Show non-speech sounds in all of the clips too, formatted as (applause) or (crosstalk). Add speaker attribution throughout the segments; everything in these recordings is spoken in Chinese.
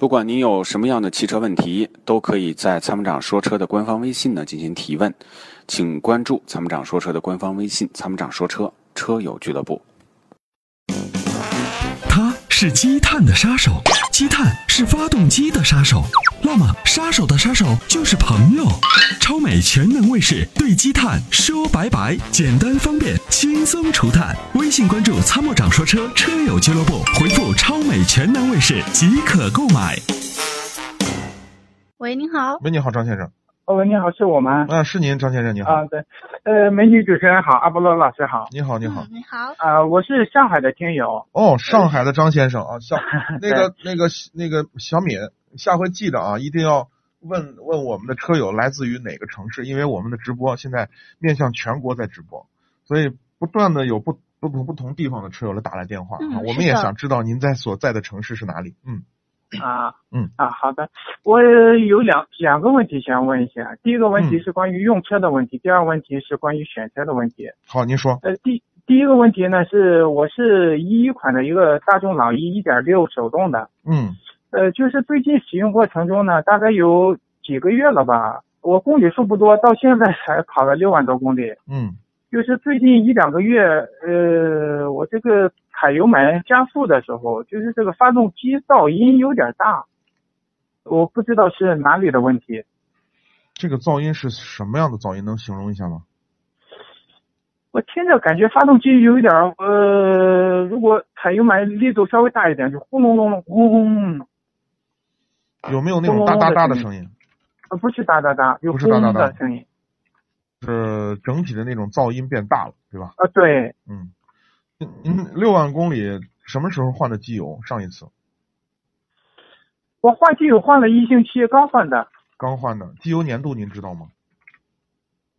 Speaker 1: 不管您有什么样的汽车问题，都可以在参谋长说车的官方微信呢进行提问，请关注参谋长说车的官方微信“参谋长说车车友俱乐部
Speaker 2: 它是积碳的杀手，积碳是发动机的杀手。那么，杀手的杀手就是朋友。超美全能卫士对积碳说拜拜，简单方便，轻松除碳。微信关注“参谋长说车”车友俱乐部，回复“超美全能卫士”即可购买。
Speaker 3: 喂，您好，
Speaker 4: 喂，你好，张先生。
Speaker 5: 哦，喂，你好，是我吗？
Speaker 4: 啊，是您，张先生，你好。
Speaker 5: 啊，对，呃，美女主持人好，阿波罗老师好。
Speaker 4: 你好，你好
Speaker 3: 嗯。你好，
Speaker 5: 啊、我是上海的听友。
Speaker 4: 哦，上海的张先生啊，下那个那个那个小敏，下回记得啊，一定要问问我们的车友来自于哪个城市，因为我们的直播现在面向全国在直播，所以不断的有不不同不同地方的车友来打来电话
Speaker 3: 嗯
Speaker 4: 啊，我
Speaker 3: 是
Speaker 4: 们也
Speaker 3: 的
Speaker 4: 想知道您在所在的城市是哪里。嗯
Speaker 5: 啊，
Speaker 4: 嗯
Speaker 5: 啊，好的，我有两两个问题想问一下。第一个问题
Speaker 4: 嗯
Speaker 5: 是关于用车的问题，第二个问题是关于选车的问题。
Speaker 4: 好，您说。
Speaker 5: 呃，第第一个问题呢是，我是一一款的一个大众朗逸一点六手动的，
Speaker 4: 嗯
Speaker 5: 呃，就是最近使用过程中呢，大概有几个月了吧，我公里数不多，到现在才跑了六万多公里。
Speaker 4: 嗯
Speaker 5: 就是最近一两个月，呃，我这个踩油门加速的时候，就是这个发动机噪音有点大，我不知道是哪里的问题。
Speaker 4: 这个噪音是什么样的噪音？能形容一下吗？
Speaker 5: 我听着感觉发动机有一点儿，呃，如果踩油门力度稍微大一点，就轰隆隆隆轰轰隆，
Speaker 4: 有没有那种
Speaker 5: 轰隆
Speaker 4: 哒
Speaker 5: 隆
Speaker 4: 哒
Speaker 5: 的
Speaker 4: 哒的
Speaker 5: 声
Speaker 4: 声音？
Speaker 5: 呃，不是哒哒哒，有
Speaker 4: 不是
Speaker 5: 轰
Speaker 4: 哒哒哒
Speaker 5: 的声音。
Speaker 4: 是整体的那种噪音变大了，对吧？
Speaker 5: 啊、对，
Speaker 4: 嗯，您六万公里什么时候换的机油？上一次
Speaker 5: 我换机油换了一星期，刚换的，
Speaker 4: 刚换的，机油粘度您知道吗？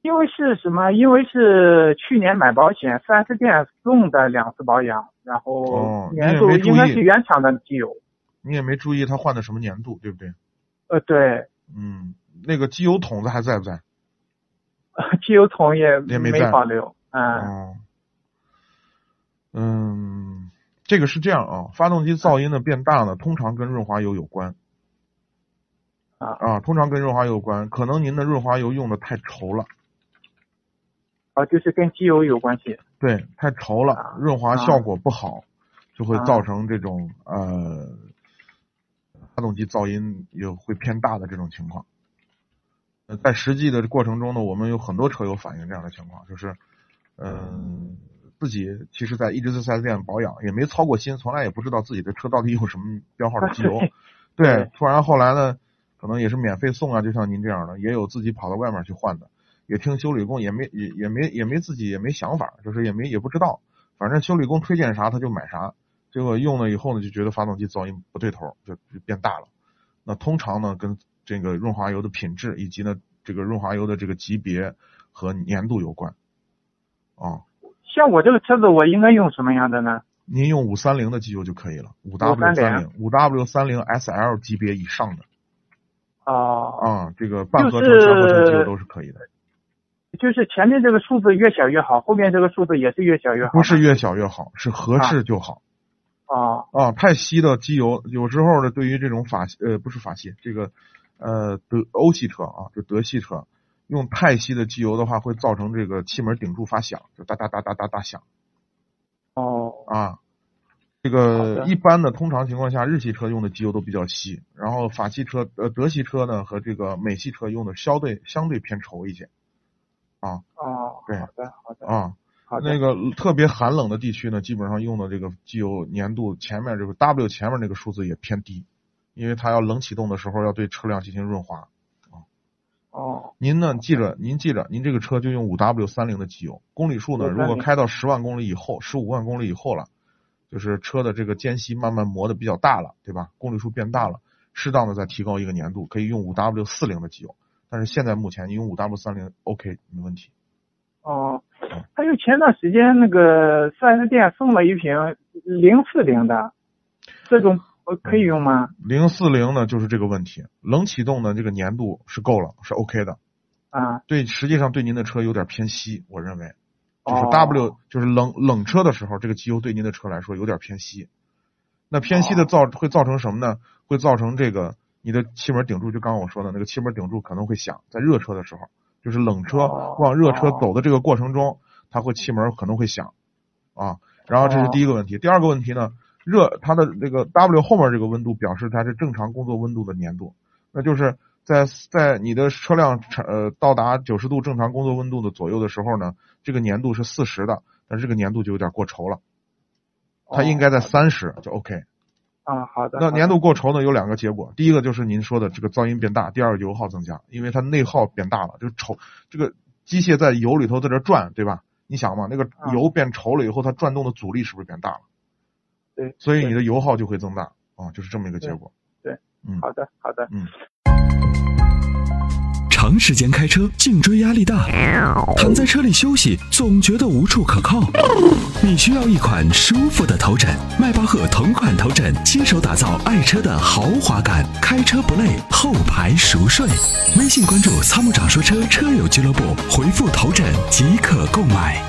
Speaker 5: 因为是什么？因为是去年买保险，四 S 店送的两次保养，然
Speaker 4: 哦
Speaker 5: 后
Speaker 4: 你
Speaker 5: 年
Speaker 4: 也
Speaker 5: 度
Speaker 4: 没注
Speaker 5: 应该
Speaker 4: 意
Speaker 5: 是原厂的机油。
Speaker 4: 你也没注意它换的什么粘度，对不对？
Speaker 5: 呃，对， (laughs)
Speaker 4: 嗯，那个机油桶子还在不在？
Speaker 5: 机油桶也
Speaker 4: 也没
Speaker 5: 没
Speaker 4: 在
Speaker 5: 保留。嗯，
Speaker 4: 哦，嗯，这个是这样啊，发动机噪音的变大呢，通常跟润滑油有关。
Speaker 5: 啊
Speaker 4: 啊，通常跟润滑油有关，可能您的润滑油用的太稠了，
Speaker 5: 哦，就是跟机油有关系。
Speaker 4: 对，太稠了
Speaker 5: 啊，
Speaker 4: 润滑效果不好，就会
Speaker 5: 啊。
Speaker 4: 造成这种呃发动机噪音也会偏大的这种情况。呃，在实际的过程中呢，我们有很多车友反映这样的情况，就是嗯、自己其实在一直在四 S 店保养，也没操过心，从来也不知道自己的车到底有什么标号的机油
Speaker 5: (laughs)
Speaker 4: 对
Speaker 5: 对，
Speaker 4: 突然后来呢，可能也是免费送啊，就像您这样的，也有自己跑到外面去换的，也听修理工，也没也也没也没自己也没想法，就是也没也不知道，反正修理工推荐啥他就买啥，结果用了以后呢，就觉得发动机噪音不对头儿，就就变大了。那通常呢，跟这个润滑油的品质以及呢这个润滑油的这个级别和粘度有关。啊，
Speaker 5: 像我这个车子，我应该用什么样的呢？
Speaker 4: 您用五三零的机油就可以了，五 W 三零
Speaker 5: 530、
Speaker 4: 五 W 三零 SL 级别以上的
Speaker 5: 哦，
Speaker 4: 啊，这个半合成、
Speaker 5: 就是
Speaker 4: 全合成机油都是可以的。
Speaker 5: 就是前面这个数字越小越好，后面这个数字也是越小越好。啊
Speaker 4: 不是越小越好，是合适就好
Speaker 5: 哦，
Speaker 4: 啊太稀的机油，有时候呢，对于这种法系呃不是法系，这个呃德欧系车啊，就德系车，用太稀的机油的话，会造成这个气门顶住发响，就哒哒哒哒哒哒响
Speaker 5: 哦，
Speaker 4: 啊。这
Speaker 5: 好
Speaker 4: 个
Speaker 5: 的
Speaker 4: 一般的，通常情况下，日系车用的机油都比较稀，然后法系车、呃德系车呢和这个美系车用的相对相对偏稠一些
Speaker 5: 哦，
Speaker 4: 对
Speaker 5: 好的，好的，
Speaker 4: 啊。
Speaker 5: 好的。
Speaker 4: 那个特别寒冷的地区呢，基本上用的这个机油粘度前面这个 W 前面那个数字也偏低，因为它要冷启动的时候要对车辆进行润滑。
Speaker 5: 哦，
Speaker 4: 您呢，记着，您记着，您这个车就用 5W 三零的机油，公里数呢，
Speaker 5: 530
Speaker 4: 如果开到十万公里以后，十五万公里以后了，就是车的这个间隙慢慢磨的比较大了，对吧？公里数变大了，适当的再提高一个粘度，可以用 5W 四零的机油，但是现在目前你用 5W 三零 OK 没问题。
Speaker 5: 哦，
Speaker 4: 嗯
Speaker 5: 还有前段时间那个四 S 店送了一瓶零四零的，这种呃可以用吗？
Speaker 4: 零四零呢，就是这个问题。冷启动呢，这个粘度是够了，是 OK 的。
Speaker 5: 啊，
Speaker 4: 对，实际上对您的车有点偏稀，我认为，就是
Speaker 5: 哦
Speaker 4: W、就是冷冷车的时候，这个机油对您的车来说有点偏稀。那偏西的造
Speaker 5: 哦
Speaker 4: 会造成什么呢？会造成这个你的气门顶柱，就刚刚我说的那个气门顶柱可能会响，在热车的时候，就是冷车
Speaker 5: 哦
Speaker 4: 往热车走的这个过程中，它会气门可能会响啊。然后这是第一个问题，第二个问题呢，热它的这个 W 后面这个温度表示它是正常工作温度的粘度，那就是在在你的车辆呃到达九十度正常工作温度的左右的时候呢，这个粘度是四十的，但是这个粘度就有点过稠了，它应该在三十就 OK。
Speaker 5: 啊，哦好的。
Speaker 4: 那
Speaker 5: 好的
Speaker 4: 年度过稠呢，有两个结果，第一个就是您说的这个噪音变大，第二个油耗增加，因为它内耗变大了，就稠这个机械在油里头在这转，对吧？你想嘛，那个
Speaker 5: 啊
Speaker 4: 油变稠了以后，它转动的阻力是不是变大了？
Speaker 5: 对，
Speaker 4: 所以你
Speaker 5: 对
Speaker 4: 的油耗就会增大啊，就是这么一个结果。
Speaker 5: 好的好的，
Speaker 2: 长时间开车，颈椎压力大，躺在车里休息，总觉得无处可靠。你需要一款舒服的头枕，迈巴赫同款头枕，亲手打造爱车的豪华感，开车不累，后排熟睡。微信关注“参谋长说车”车友俱乐部，回复“头枕”即可购买。